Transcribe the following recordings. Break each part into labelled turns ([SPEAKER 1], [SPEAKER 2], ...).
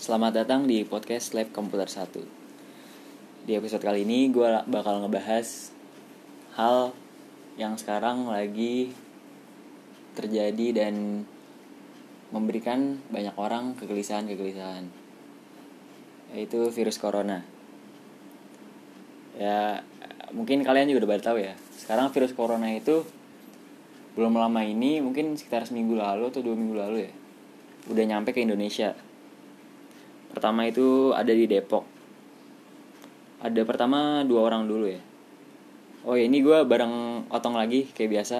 [SPEAKER 1] Selamat datang di podcast Lab Komputer 1 Di episode kali ini gue bakal ngebahas hal yang sekarang lagi terjadi dan memberikan banyak orang kegelisahan-kegelisahan Yaitu virus corona Ya mungkin kalian juga udah pada tahu ya Sekarang virus corona itu belum lama ini mungkin sekitar seminggu lalu atau dua minggu lalu ya udah nyampe ke Indonesia pertama itu ada di Depok ada pertama dua orang dulu ya oh ya ini gue bareng Otong lagi kayak biasa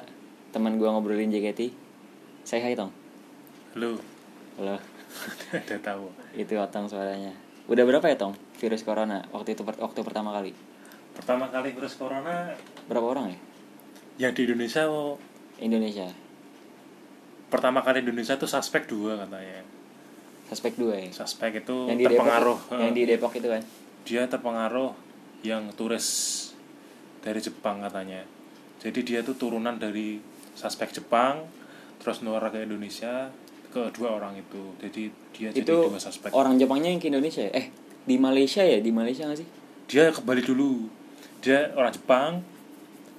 [SPEAKER 1] teman gue ngobrolin JKT saya hai Tong
[SPEAKER 2] Lu
[SPEAKER 1] halo
[SPEAKER 2] ada tahu.
[SPEAKER 1] itu Otong suaranya udah berapa ya Tong virus corona waktu itu per- waktu pertama kali
[SPEAKER 2] Pertama kali virus corona
[SPEAKER 1] berapa orang ya
[SPEAKER 2] yang di Indonesia oh,
[SPEAKER 1] Indonesia
[SPEAKER 2] pertama kali Indonesia tuh suspek dua katanya.
[SPEAKER 1] suspek dua ya
[SPEAKER 2] Suspek itu
[SPEAKER 1] yang di
[SPEAKER 2] Hmm, terpengaruh. eh, Hmm.
[SPEAKER 1] Depok yang di Depok itu kan
[SPEAKER 2] Dia terpengaruh yang turis dari Jepang katanya. Jadi dia tuh turunan dari suspek Jepang terus nular ke Indonesia ke dua orang itu. Jadi dia jadi
[SPEAKER 1] itu
[SPEAKER 2] dua suspek.
[SPEAKER 1] orang Jepangnya yang ke Indonesia ya? eh di Malaysia ya di Malaysia nggak sih
[SPEAKER 2] Dia ke Bali dulu. Dia orang Jepang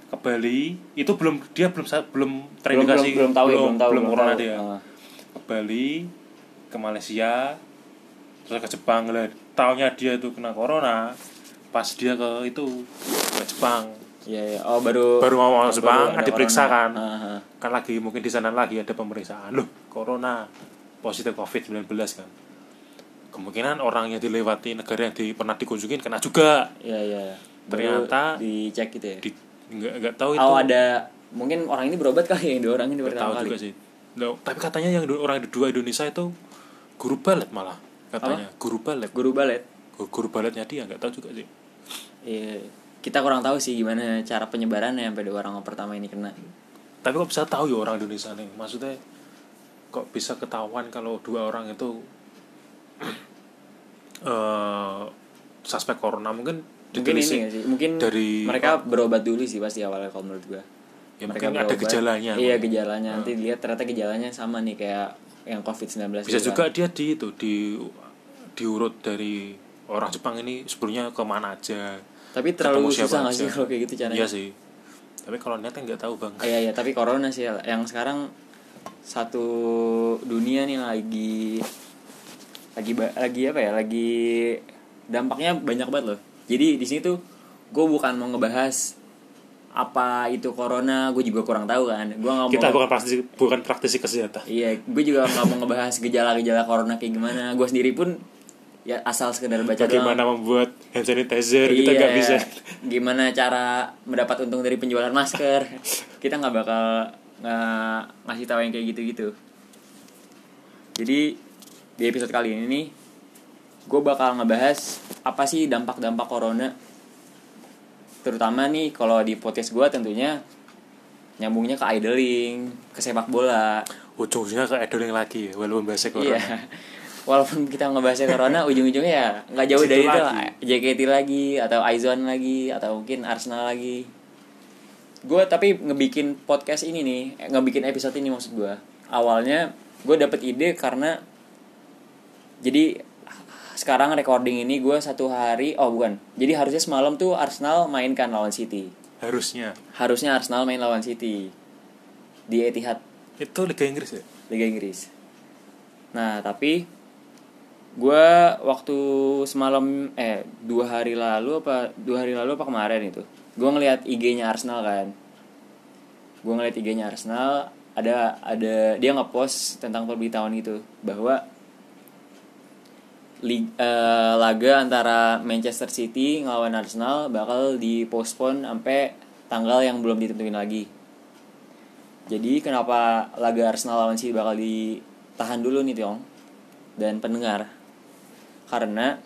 [SPEAKER 2] ke Bali itu belum dia belum sa- belum
[SPEAKER 1] belum, belum
[SPEAKER 2] terindikasi
[SPEAKER 1] belum tahu ya belum tahu
[SPEAKER 2] belum corona
[SPEAKER 1] tahu.
[SPEAKER 2] dia.
[SPEAKER 1] Ah.
[SPEAKER 2] ke Bali, ke Malaysia, terus ke Jepang lah. Taunya dia itu kena corona, pas dia ke itu ke Jepang.
[SPEAKER 1] Iya, iya. oh baru
[SPEAKER 2] Baru mau
[SPEAKER 1] baru
[SPEAKER 2] masuk Jepang,
[SPEAKER 1] ada
[SPEAKER 2] diperiksa
[SPEAKER 1] corona. Ah,
[SPEAKER 2] kan.
[SPEAKER 1] Aha.
[SPEAKER 2] Kan lagi mungkin di sana lagi ada pemeriksaan. Loh, corona positif COVID-19 kan. Kemungkinan orang yang dilewati negara yang di, pernah dikunjungi kena juga.
[SPEAKER 1] Iya, iya. Baru
[SPEAKER 2] Ternyata-
[SPEAKER 1] dicek gitu ya.
[SPEAKER 2] Di, nggak nggak tahu itu.
[SPEAKER 1] Oh ada mungkin orang ini berobat kali ya yang dua orang ini
[SPEAKER 2] Nggak tahu
[SPEAKER 1] pertama kali.
[SPEAKER 2] juga sih. Loh, tapi katanya yang du- orang dua Indonesia itu guru balet malah katanya guru balet
[SPEAKER 1] Guru balet.
[SPEAKER 2] Gu- guru baletnya dia nggak tahu juga sih
[SPEAKER 1] Iya. Kita kurang tahu sih gimana cara penyebarannya sampai dua orang pertama ini kena.
[SPEAKER 2] tapi kok bisa tahu ya orang Indonesia nih maksudnya kok bisa ketahuan kalau dua orang itu eh suspek corona mungkin
[SPEAKER 1] Mungkin ini ya.
[SPEAKER 2] ditelisik
[SPEAKER 1] nggak sih? Mungkin
[SPEAKER 2] dari-
[SPEAKER 1] mereka berobat dulu sih pasti awalnya kalau menurut gua.
[SPEAKER 2] Ya, mungkin ada gejalanya. Hmm.
[SPEAKER 1] Iya, gejalanya. Nanti dilihat ternyata gejalanya sama nih kayak yang COVID-19
[SPEAKER 2] bisa
[SPEAKER 1] gitu
[SPEAKER 2] juga dia di itu di diurut dari orang Jepang ini sebelumnya kemana aja
[SPEAKER 1] Tapi terlalu
[SPEAKER 2] ketemu siapa
[SPEAKER 1] susah nggak sih
[SPEAKER 2] aja.
[SPEAKER 1] kalau kayak gitu caranya?
[SPEAKER 2] iya sih tapi kalau niatnya nggak tahu bang
[SPEAKER 1] Ah, Iya iya tapi corona sih yang sekarang satu dunia nih lagi lagi ba- lagi apa ya lagi dampaknya banyak banget loh. Jadi di sini tuh gue bukan mau ngebahas apa itu corona, gue juga kurang tahu kan. Gue nggak mau
[SPEAKER 2] kita bukan praktisi bukan praktisi kesehatan
[SPEAKER 1] Iya, gue juga nggak mau ngebahas gejala-gejala corona kayak gimana. Gue sendiri pun ya asal sekedar baca doang.
[SPEAKER 2] bagaimana membuat hand sanitizer kita
[SPEAKER 1] Iya,
[SPEAKER 2] nggak bisa
[SPEAKER 1] Gimana cara mendapat untung dari penjualan masker? kita nggak bakal nggak ngasih tahu yang kayak gitu-gitu. Jadi di episode kali ini nih, gue bakal ngebahas apa sih dampak-dampak corona. Terutama nih kalau di podcast gue tentunya nyambungnya ke idling, ke sepak bola.
[SPEAKER 2] ujung-ujungnya ke edoling lagi walaupun bahasa
[SPEAKER 1] Iya.
[SPEAKER 2] corona
[SPEAKER 1] Walaupun kita ngebahasnya corona, ujung-ujungnya ya nggak jauh
[SPEAKER 2] Situ
[SPEAKER 1] dari itu
[SPEAKER 2] lagi.
[SPEAKER 1] lah. JKT lagi, atau Aizwan lagi, atau mungkin Arsenal lagi. Gue tapi ngebikin podcast ini nih, eh, ngebikin episode ini maksud gue. Awalnya gue dapet ide karena jadi sekarang recording ini gue satu hari, oh bukan. Jadi harusnya semalam tuh Arsenal mainkan lawan City.
[SPEAKER 2] harusnya
[SPEAKER 1] Harusnya Arsenal main lawan City di Etihad
[SPEAKER 2] itu Liga Inggris ya
[SPEAKER 1] Liga Inggris. Nah tapi gue waktu semalam eh dua hari lalu apa dua hari lalu apa kemarin itu gue ngelihat IG-nya Arsenal kan. Gue ngelihat IG-nya Arsenal ada ada dia ngepost tentang pemberitahuan itu bahwa lig- eh, laga antara Manchester City ngelawan Arsenal bakal dipospon sampai tanggal yang belum ditentuin lagi. Jadi kenapa laga Arsenal lawan City bakal ditahan dulu nih Tiong dan pendengar? Karena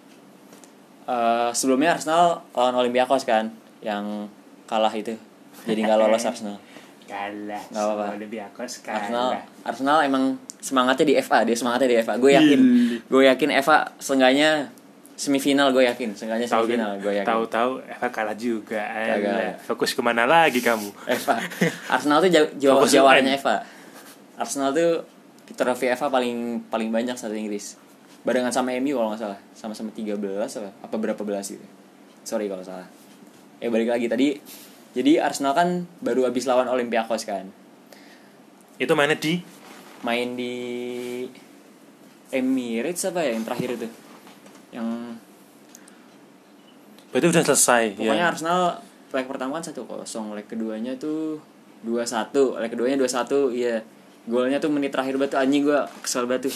[SPEAKER 1] eh, sebelumnya Arsenal lawan Olympiakos kan yang kalah itu. Jadi nggak lolos Arsenal.
[SPEAKER 2] kalah
[SPEAKER 1] Nggak apa-apa. sama
[SPEAKER 2] Olympiakos
[SPEAKER 1] Arsenal Arsenal emang semangatnya di FA, dia semangatnya di FA. Gue yakin,
[SPEAKER 2] Gila.
[SPEAKER 1] gue yakin FA seenggaknya semifinal gue yakin, seenggaknya
[SPEAKER 2] tahu
[SPEAKER 1] semifinal gue yakin.
[SPEAKER 2] tahu-tahu Eva kalah juga
[SPEAKER 1] kan? Kagak.
[SPEAKER 2] Alah, fokus kemana lagi kamu
[SPEAKER 1] FA. Arsenal tuh jau- jawara
[SPEAKER 2] Fokus
[SPEAKER 1] jawaranya
[SPEAKER 2] UN.
[SPEAKER 1] FA. Arsenal tuh trofi FA paling paling banyak satu Inggris. barengan sama MU kalau nggak salah sama-sama 13 apa, apa berapa belas gitu sorry kalau salah eh balik lagi tadi jadi Arsenal kan baru habis lawan Olympiakos kan
[SPEAKER 2] Itu mainnya di
[SPEAKER 1] main di Emirates apa ya yang terakhir itu yang
[SPEAKER 2] berarti udah selesai
[SPEAKER 1] pokoknya
[SPEAKER 2] ya.
[SPEAKER 1] Arsenal leg pertama kan satu kosong leg keduanya tuh dua satu leg keduanya dua satu iya golnya tuh menit terakhir batu anjing gua kesel batu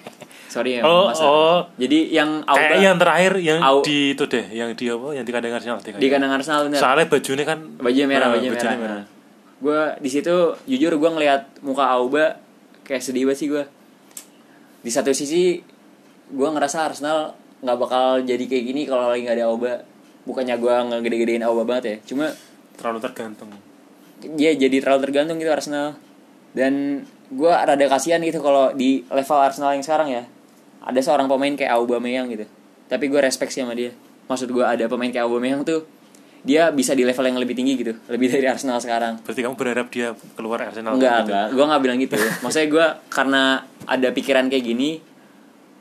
[SPEAKER 1] sorry ya
[SPEAKER 2] Oh,
[SPEAKER 1] masa.
[SPEAKER 2] oh. Eh, iya.
[SPEAKER 1] jadi yang
[SPEAKER 2] Kayak
[SPEAKER 1] Auba
[SPEAKER 2] yang terakhir yang
[SPEAKER 1] Au-
[SPEAKER 2] di itu deh, yang di apa? Yang di kandang Arsenal deh
[SPEAKER 1] di
[SPEAKER 2] kayaknya.
[SPEAKER 1] kandang Arsenal bener
[SPEAKER 2] Soalnya bajunya kan
[SPEAKER 1] bajunya merah
[SPEAKER 2] eh,
[SPEAKER 1] bajunya merah, gue di situ jujur gue ngelihat muka Auba kayak sedih banget sih gue di satu sisi gue ngerasa Arsenal nggak bakal jadi kayak gini kalau lagi nggak ada Auba bukannya gue ngegede-gedein Auba banget ya cuma
[SPEAKER 2] Terlalu tergantung.
[SPEAKER 1] dia ya jadi terlalu tergantung gitu Arsenal dan gue rada kasihan gitu kalau di level Arsenal yang sekarang ya ada seorang pemain kayak Aubameyang gitu tapi gue respect sih sama dia maksud gue ada pemain kayak Aubameyang tuh dia bisa di level yang lebih tinggi gitu lebih dari Arsenal sekarang
[SPEAKER 2] Berarti kamu berharap dia keluar Arsenal
[SPEAKER 1] enggak
[SPEAKER 2] gitu.
[SPEAKER 1] enggak gue nggak bilang gitu maksudnya gue karena ada pikiran kayak gini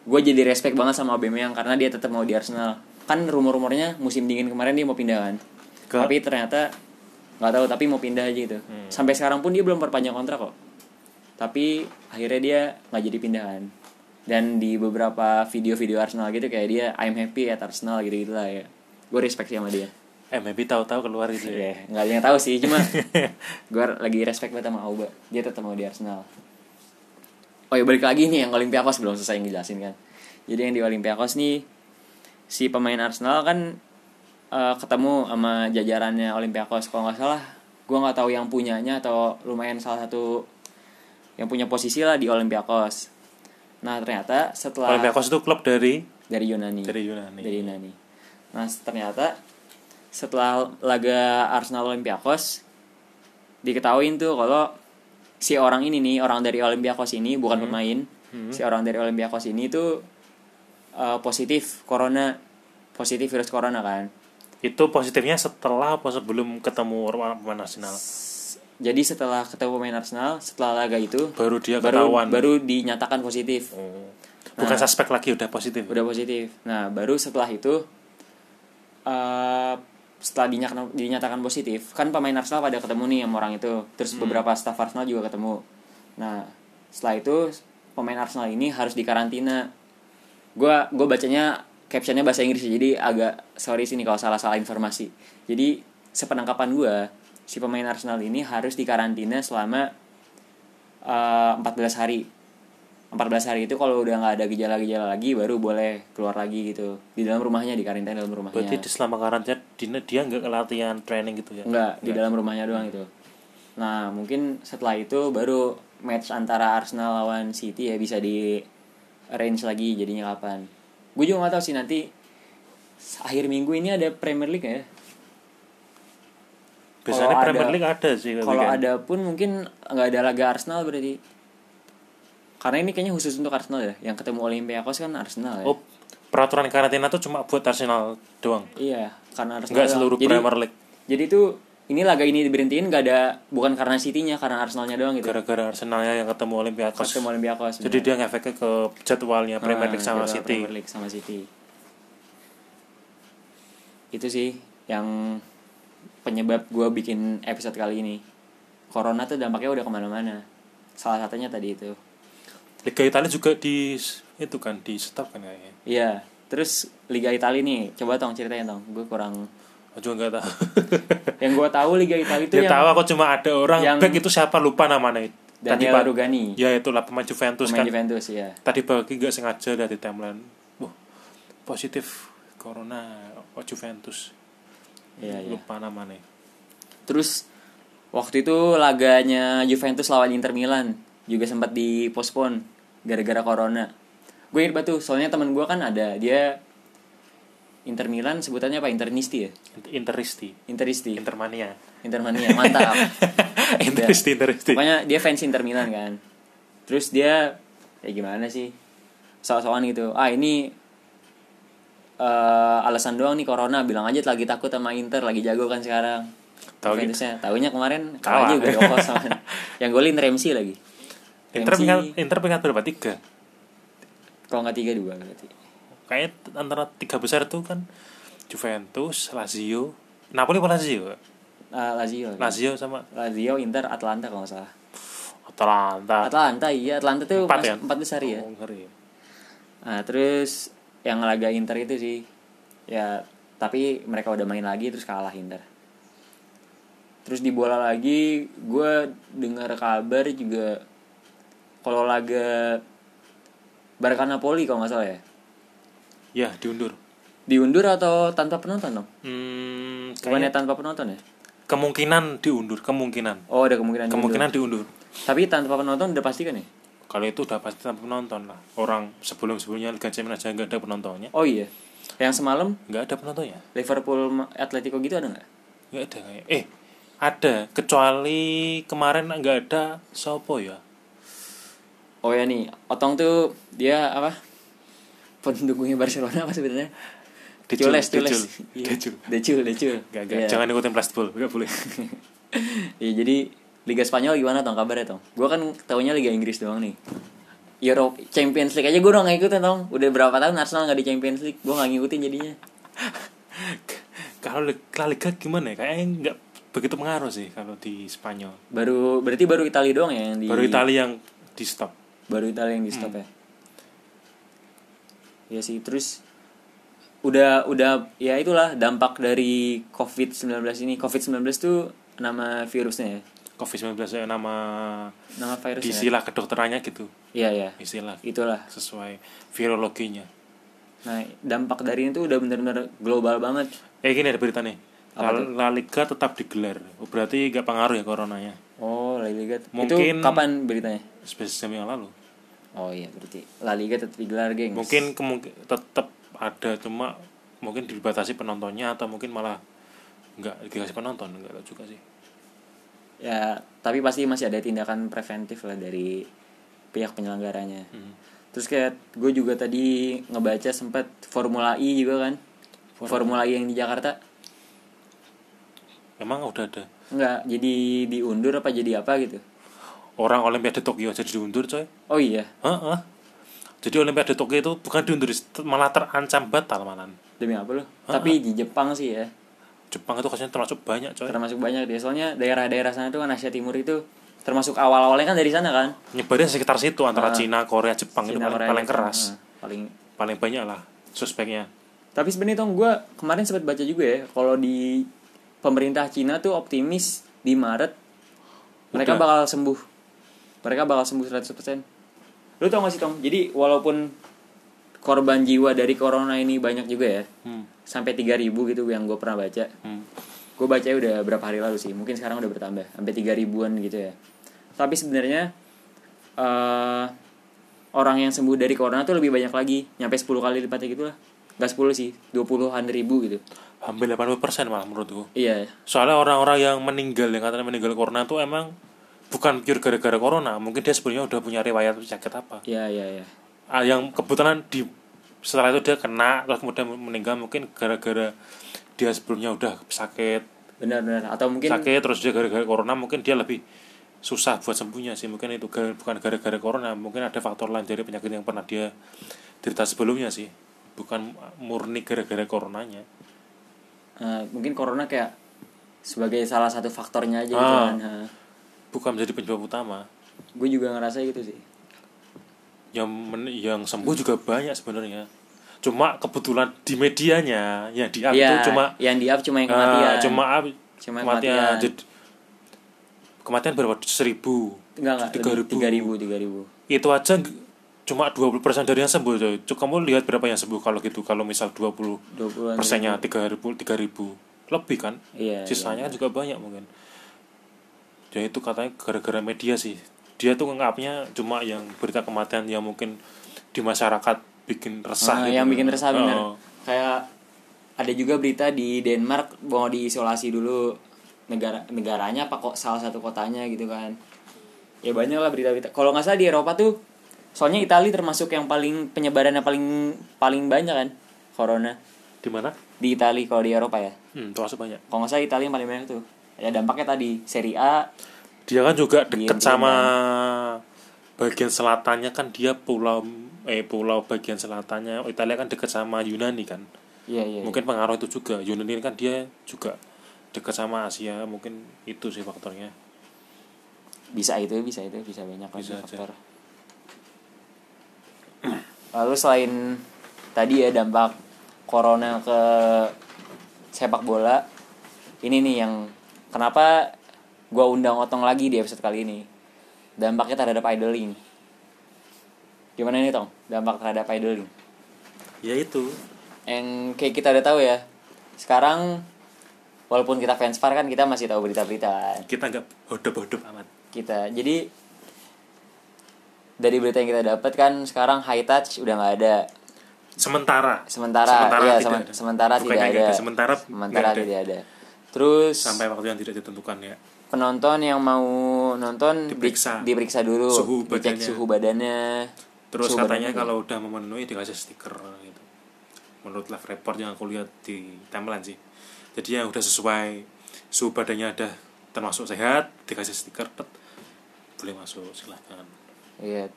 [SPEAKER 1] gue jadi respect banget sama Aubameyang karena dia tetap mau di Arsenal kan rumor-rumornya musim dingin kemarin dia mau pindah kan
[SPEAKER 2] Ke- Hmm.
[SPEAKER 1] tapi ternyata nggak tahu tapi mau pindah aja gitu sampai sekarang pun dia belum perpanjang kontrak kok tapi akhirnya dia nggak jadi pindahan dan di beberapa video-video Arsenal gitu kayak dia I'm happy at Arsenal gitu gitulah ya gue respect sih sama dia
[SPEAKER 2] Eh, maybe tahu-tahu keluar gitu
[SPEAKER 1] Ya,
[SPEAKER 2] ya.
[SPEAKER 1] nggak ada yang tahu sih, cuma gue lagi respect banget sama Auba. Dia tetap mau di Arsenal. Oh ya balik lagi nih yang Olympiakos belum selesai ngejelasin kan. Jadi yang di Olympiakos nih si pemain Arsenal kan eh, ketemu sama jajarannya Olympiakos kalau nggak salah. Gue nggak tahu yang punyanya atau lumayan salah satu yang punya posisi lah di Olympiakos. Nah ternyata setelah
[SPEAKER 2] Olympiakos itu klub dari
[SPEAKER 1] dari Yunani
[SPEAKER 2] dari Yunani.
[SPEAKER 1] Iya. dari Yunani. Nah ternyata setelah laga Arsenal Olympiakos diketahuin tuh kalau si orang ini nih orang dari Olympiakos ini bukan
[SPEAKER 2] Hmm.
[SPEAKER 1] pemain si orang dari Olympiakos ini tuh eh, positif corona positif virus corona kan
[SPEAKER 2] Itu positifnya setelah apa sebelum ketemu orang pemain Arsenal?
[SPEAKER 1] jadi setelah ketemu pemain Arsenal setelah laga itu
[SPEAKER 2] Baru dia
[SPEAKER 1] baru
[SPEAKER 2] ketahuan.
[SPEAKER 1] baru dinyatakan positif
[SPEAKER 2] Oh. Bukan suspek lagi udah positif.
[SPEAKER 1] udah positif nah baru setelah itu eh setelah dinyatakan, dinyatakan positif kan pemain Arsenal pada ketemu nih sama orang itu terus beberapa staff Arsenal juga ketemu nah setelah itu pemain Arsenal ini harus dikarantina gue gue bacanya captionnya bahasa Inggris ya, jadi agak sorry sini kalau salah salah informasi jadi sepenangkapan gue si pemain Arsenal ini harus dikarantina selama eh, 14 hari 14 hari itu kalau udah nggak ada gejala-gejala lagi baru boleh keluar lagi gitu di dalam rumahnya di karantina dalam rumahnya
[SPEAKER 2] Berarti di selama karantina dia dia nggak latihan training gitu ya?
[SPEAKER 1] Enggak, di dalam rumahnya doang itu. Nah, mungkin setelah itu baru match antara Arsenal lawan City ya bisa di range lagi jadinya kapan. Gue juga gak tahu sih nanti akhir minggu ini ada Premier League nggak ya.
[SPEAKER 2] Biasanya
[SPEAKER 1] Kalau
[SPEAKER 2] Premier
[SPEAKER 1] ada-
[SPEAKER 2] League ada sih tapi
[SPEAKER 1] Kalau
[SPEAKER 2] kan
[SPEAKER 1] ada pun mungkin nggak ada laga Arsenal berarti. Karena ini kayaknya khusus untuk Arsenal ya. Yang ketemu Olympiakos kan Arsenal ya.
[SPEAKER 2] Oh, peraturan karantina tuh cuma buat Arsenal doang.
[SPEAKER 1] Iya, karena Arsenal.
[SPEAKER 2] Enggak
[SPEAKER 1] doang.
[SPEAKER 2] seluruh
[SPEAKER 1] Jadi-
[SPEAKER 2] Premier League
[SPEAKER 1] Jadi tuh ini laga ini diberhentiin gak ada bukan karena City-nya, karena Arsenalnya doang gitu.
[SPEAKER 2] gara-gara Arsenalnya yang ketemu Olympiakos.
[SPEAKER 1] Ketemu Olympiakos.
[SPEAKER 2] Jadi dia ngefeknya ke jadwalnya Premier
[SPEAKER 1] Ya. Ah,
[SPEAKER 2] League sama
[SPEAKER 1] jadwal
[SPEAKER 2] City.
[SPEAKER 1] Premier League sama City. Itu sih yang penyebab gue bikin episode kali ini. Corona tuh dampaknya udah kemana-mana. Salah satunya tadi itu.
[SPEAKER 2] Liga Italia juga di itu kan di stop kan kayaknya.
[SPEAKER 1] Iya. Terus Liga Italia nih, coba tong ceritain tong. Gue kurang.
[SPEAKER 2] Aku juga nggak tahu.
[SPEAKER 1] Yang gue tahu Liga Italia itu
[SPEAKER 2] dia
[SPEAKER 1] yang
[SPEAKER 2] tahu aku cuma ada orang
[SPEAKER 1] yang-
[SPEAKER 2] back itu siapa lupa namanya. Tadi
[SPEAKER 1] Daniel
[SPEAKER 2] Pak-
[SPEAKER 1] Rugani,
[SPEAKER 2] Ya itulah pemain Juventus
[SPEAKER 1] pemain
[SPEAKER 2] kan.
[SPEAKER 1] Juventus ya.
[SPEAKER 2] Tadi pagi nggak sengaja lihat di timeline. Wah, positif corona oh, Juventus.
[SPEAKER 1] Iya, iya.
[SPEAKER 2] lupa namanya.
[SPEAKER 1] Terus waktu itu laganya Juventus lawan Inter Milan juga sempat dipospon gara-gara corona. Gue ingat batu, soalnya teman gue kan ada dia Inter Milan sebutannya apa Internisti ya?
[SPEAKER 2] Interisti,
[SPEAKER 1] Interisti, Iya.
[SPEAKER 2] Intermania.
[SPEAKER 1] Intermania, mantap.
[SPEAKER 2] Interisti, Interisti.
[SPEAKER 1] Pokoknya dia fans Inter Milan kan. Terus dia ya gimana sih? Soal-soalan gitu. Ah ini eh, alasan doang nih corona bilang aja lagi takut sama Inter lagi jago kan sekarang.
[SPEAKER 2] Tahu gitu.
[SPEAKER 1] Juventusnya tahunya kemarin
[SPEAKER 2] Kalah.
[SPEAKER 1] kalah juga 2-0 sama- yang golin Ramsey lagi.
[SPEAKER 2] Inter
[SPEAKER 1] Ramsey
[SPEAKER 2] peringkat Inter peringkat berapa tiga?
[SPEAKER 1] Kalau nggak tiga dua berarti.
[SPEAKER 2] Kayaknya t- antara tiga besar tuh kan Juventus, Lazio, Napoli apa Lazio?
[SPEAKER 1] Ah, Lazio.
[SPEAKER 2] Lazio sama
[SPEAKER 1] Lazio, Inter, Atlanta kalau nggak salah.
[SPEAKER 2] Atalanta.
[SPEAKER 1] Atlanta iya, Atlanta tuh
[SPEAKER 2] Empat
[SPEAKER 1] mas-
[SPEAKER 2] ya?
[SPEAKER 1] empat besar ya.
[SPEAKER 2] Oh, ngeri.
[SPEAKER 1] Nah, terus yang laga Inter itu sih ya tapi mereka udah main lagi terus kalah Inter. Terus di bola lagi gue dengar kabar juga kalau laga Barca Napoli kalau nggak salah ya
[SPEAKER 2] Ya diundur.
[SPEAKER 1] diundur atau tanpa penonton dong?
[SPEAKER 2] Hmm,
[SPEAKER 1] Bukannya
[SPEAKER 2] kayaknya
[SPEAKER 1] tanpa penonton ya?
[SPEAKER 2] kemungkinan diundur, kemungkinan.
[SPEAKER 1] Oh ada kemungkinan diundur.
[SPEAKER 2] Kemungkinan diundur.
[SPEAKER 1] Tapi tanpa penonton udah pasti kan ya?
[SPEAKER 2] Kalau itu udah pasti tanpa penonton lah. Orang sebelum-sebelumnya Liga Champions aja nggak ada penontonnya.
[SPEAKER 1] Oh iya. Yang semalam
[SPEAKER 2] Nggak ada penontonnya.
[SPEAKER 1] Liverpool Atletico gitu ada nggak?
[SPEAKER 2] Nggak ada kayak. Eh, ada. Kecuali kemarin nggak ada Sopo ya.
[SPEAKER 1] Oh ya nih, Otong tuh dia apa? Pendukungnya Barcelona apa sebenarnya?
[SPEAKER 2] Dejul,
[SPEAKER 1] Cules, cules.
[SPEAKER 2] dejul,
[SPEAKER 1] Iya.
[SPEAKER 2] dejul.
[SPEAKER 1] Dejul, dejul.
[SPEAKER 2] Nggak, nggak.
[SPEAKER 1] Iya.
[SPEAKER 2] Jangan ikutin blast ball. Nggak boleh.
[SPEAKER 1] Iya, jadi Liga Spanyol gimana Tong kabarnya Tong? Gua kan taunya Liga Inggris doang nih. Euro Champions League aja gue udah gak ikutin Tong. Udah berapa tahun Arsenal gak di Champions League, gue gak ngikutin jadinya.
[SPEAKER 2] kalau Lig- La Liga gimana ya? Kayaknya nggak begitu pengaruh sih kalau di Spanyol.
[SPEAKER 1] Baru berarti baru Italia doang ya yang di
[SPEAKER 2] Baru Italia yang di stop.
[SPEAKER 1] baru Italia yang di stop ya. Iya sih, terus udah udah ya itulah dampak dari COVID-19 ini. COVID-19 tuh nama virusnya ya.
[SPEAKER 2] Covid-19 ya, nama
[SPEAKER 1] Nama virusnya. ya?
[SPEAKER 2] istilah kedokterannya gitu.
[SPEAKER 1] Iya, iya.
[SPEAKER 2] Istilah
[SPEAKER 1] Itulah.
[SPEAKER 2] sesuai virologinya.
[SPEAKER 1] Nah, dampak dari itu udah bener-bener global banget.
[SPEAKER 2] Eh gini ada berita nih. La,
[SPEAKER 1] Apa
[SPEAKER 2] La Liga tetap digelar. Oh, Berarti nggak pengaruh ya coronanya.
[SPEAKER 1] Oh, La Liga.
[SPEAKER 2] Mungkin-
[SPEAKER 1] Itu kapan beritanya?
[SPEAKER 2] Seperti jam yang lalu.
[SPEAKER 1] Oh iya, berarti La Liga tetap digelar, gengs.
[SPEAKER 2] Mungkin kemungkin tetap ada cuma mungkin dibatasi penontonnya atau mungkin malah nggak dikasih penonton nggak tahu juga sih.
[SPEAKER 1] ya tapi pasti masih ada tindakan preventif lah dari pihak penyelenggaranya
[SPEAKER 2] Hmm.
[SPEAKER 1] terus kayak gue juga tadi ngebaca sempat Formula E juga kan Formula E yang di Jakarta
[SPEAKER 2] Memang udah ada
[SPEAKER 1] nggak jadi diundur apa jadi apa gitu
[SPEAKER 2] orang Olimpiade Tokyo jadi diundur coy.
[SPEAKER 1] oh iya
[SPEAKER 2] Heeh. Jadi Olimpiade Tokyo itu bukan diundur malah terancam batal malahan.
[SPEAKER 1] demi apa lo
[SPEAKER 2] Ah,
[SPEAKER 1] tapi di Jepang sih ya
[SPEAKER 2] Jepang itu kasusnya termasuk banyak coy.
[SPEAKER 1] termasuk banyak deh soalnya daerah-daerah sana tuh kan Asia Timur itu termasuk awal-awalnya kan dari sana kan
[SPEAKER 2] Nyebarnya sekitar situ antara Cina, Korea, Jepang itu
[SPEAKER 1] Cina,
[SPEAKER 2] paling,
[SPEAKER 1] Korea,
[SPEAKER 2] paling
[SPEAKER 1] Jepang,
[SPEAKER 2] keras.
[SPEAKER 1] eh, paling
[SPEAKER 2] Paling banyak lah suspeknya.
[SPEAKER 1] Tapi sebenarnya tong gue kemarin sempat baca juga ya kalau di pemerintah Cina tuh optimis di Maret mereka
[SPEAKER 2] Udah.
[SPEAKER 1] bakal sembuh. Mereka bakal sembuh 100%. Lu tau gak sih Tong? Jadi walaupun korban jiwa dari corona ini banyak juga ya.
[SPEAKER 2] Hmm.
[SPEAKER 1] Sampai 3000 gitu yang gue pernah baca.
[SPEAKER 2] Hmm.
[SPEAKER 1] Gue baca udah berapa hari lalu sih. Mungkin sekarang udah bertambah sampai 3000-an gitu ya. Tapi sebenarnya eh orang yang sembuh dari corona tuh lebih banyak lagi, nyampe 10 kali lipatnya gitu lah. Gak 10 sih, 20-an ribu gitu.
[SPEAKER 2] Hampir 80% malah menurutku.
[SPEAKER 1] Iya.
[SPEAKER 2] Soalnya orang-orang yang meninggal yang katanya meninggal corona tuh emang bukan pure gara-gara corona, mungkin dia sebelumnya udah punya riwayat penyakit apa.
[SPEAKER 1] Iya, iya, iya.
[SPEAKER 2] Ah, yang kebetulan di setelah itu dia kena terus kemudian meninggal mungkin gara-gara dia sebelumnya udah sakit
[SPEAKER 1] Benar, benar. Atau mungkin
[SPEAKER 2] sakit terus dia gara-gara corona mungkin dia lebih susah buat sembuhnya sih mungkin itu gara- bukan gara-gara corona mungkin ada faktor lain dari penyakit yang pernah dia derita sebelumnya sih bukan murni gara-gara coronanya
[SPEAKER 1] eh, mungkin corona kayak sebagai salah satu faktornya aja gitu
[SPEAKER 2] Ah.
[SPEAKER 1] kan.
[SPEAKER 2] bukan menjadi penyebab utama
[SPEAKER 1] Gue juga ngerasa gitu sih.
[SPEAKER 2] yang men- yang sembuh juga banyak sebenarnya cuma kebetulan di medianya yang di up
[SPEAKER 1] Iya,
[SPEAKER 2] itu cuma
[SPEAKER 1] yang di up cuma yang
[SPEAKER 2] ah,
[SPEAKER 1] kematian.
[SPEAKER 2] cuma up,
[SPEAKER 1] Cuma
[SPEAKER 2] kematian,
[SPEAKER 1] kematian.
[SPEAKER 2] Jadi- kematian berapa seribu
[SPEAKER 1] enggak enggak
[SPEAKER 2] 3.000.
[SPEAKER 1] 3000 3000.
[SPEAKER 2] itu aja g- cuma 20% dari yang sembuh coy. Cuk, kamu lihat berapa yang sembuh kalau gitu kalau misal 20
[SPEAKER 1] 20-an
[SPEAKER 2] persennya 3000 3000 lebih kan
[SPEAKER 1] Iya,
[SPEAKER 2] sisanya juga banyak mungkin ya itu katanya gara-gara media sih dia tuh ngapnya cuma yang berita kematian yang mungkin di masyarakat bikin
[SPEAKER 1] Ah,
[SPEAKER 2] resah gitu.
[SPEAKER 1] yang bikin resah bener
[SPEAKER 2] Oh,
[SPEAKER 1] kayak ada juga berita di Denmark mau diisolasi dulu negara negaranya apa kok salah satu kotanya gitu kan ya banyak lah berita-berita kalau nggak salah di Eropa tuh soalnya Italia termasuk yang paling penyebarannya paling paling banyak kan corona
[SPEAKER 2] di mana
[SPEAKER 1] di Italia kalau di Eropa ya
[SPEAKER 2] hmm, termasuk banyak
[SPEAKER 1] kalau nggak salah Italia yang paling banyak tuh ya dampaknya tadi Serie A
[SPEAKER 2] dia kan juga
[SPEAKER 1] Diem, diem,
[SPEAKER 2] deket sama bagian selatannya kan dia pulau eh pulau bagian selatannya Italia kan dekat sama Yunani kan
[SPEAKER 1] Iya, iya.
[SPEAKER 2] mungkin pengaruh itu juga Yunani kan dia juga dekat sama Asia mungkin itu sih faktornya
[SPEAKER 1] bisa itu bisa itu bisa banyak lagi
[SPEAKER 2] Bisa aja.
[SPEAKER 1] faktor lalu selain tadi ya dampak corona ke sepak bola ini nih yang kenapa gua undang otong lagi di episode kali ini dampaknya terhadap idling gimana nih tong dampak terhadap idling
[SPEAKER 2] ya itu
[SPEAKER 1] yang kayak kita udah tahu ya sekarang walaupun kita fans VAR kan kita masih tahu berita-berita kan.
[SPEAKER 2] kita nggak hodop-hodop amat
[SPEAKER 1] kita jadi dari berita yang kita dapat kan sekarang high touch udah nggak ada
[SPEAKER 2] sementara
[SPEAKER 1] sementara
[SPEAKER 2] sementara
[SPEAKER 1] iya,
[SPEAKER 2] tidak
[SPEAKER 1] semen-
[SPEAKER 2] ada.
[SPEAKER 1] sementara
[SPEAKER 2] Bukan
[SPEAKER 1] tidak
[SPEAKER 2] nggak
[SPEAKER 1] ada
[SPEAKER 2] sementara
[SPEAKER 1] sementara
[SPEAKER 2] nggak ada.
[SPEAKER 1] tidak ada terus
[SPEAKER 2] sampai waktu yang tidak ditentukan ya
[SPEAKER 1] penonton yang mau nonton di-
[SPEAKER 2] Diperiksa.
[SPEAKER 1] diperiksa dulu
[SPEAKER 2] Suhu
[SPEAKER 1] dicek
[SPEAKER 2] badannya.
[SPEAKER 1] suhu badannya
[SPEAKER 2] terus
[SPEAKER 1] Suhu
[SPEAKER 2] katanya
[SPEAKER 1] badannya.
[SPEAKER 2] kalau udah memenuhi dikasih stiker gitu menurut live report yang aku lihat di timeline sih jadi yang udah sesuai suhu badannya ada termasuk sehat dikasih stiker pet boleh masuk silahkan
[SPEAKER 1] iya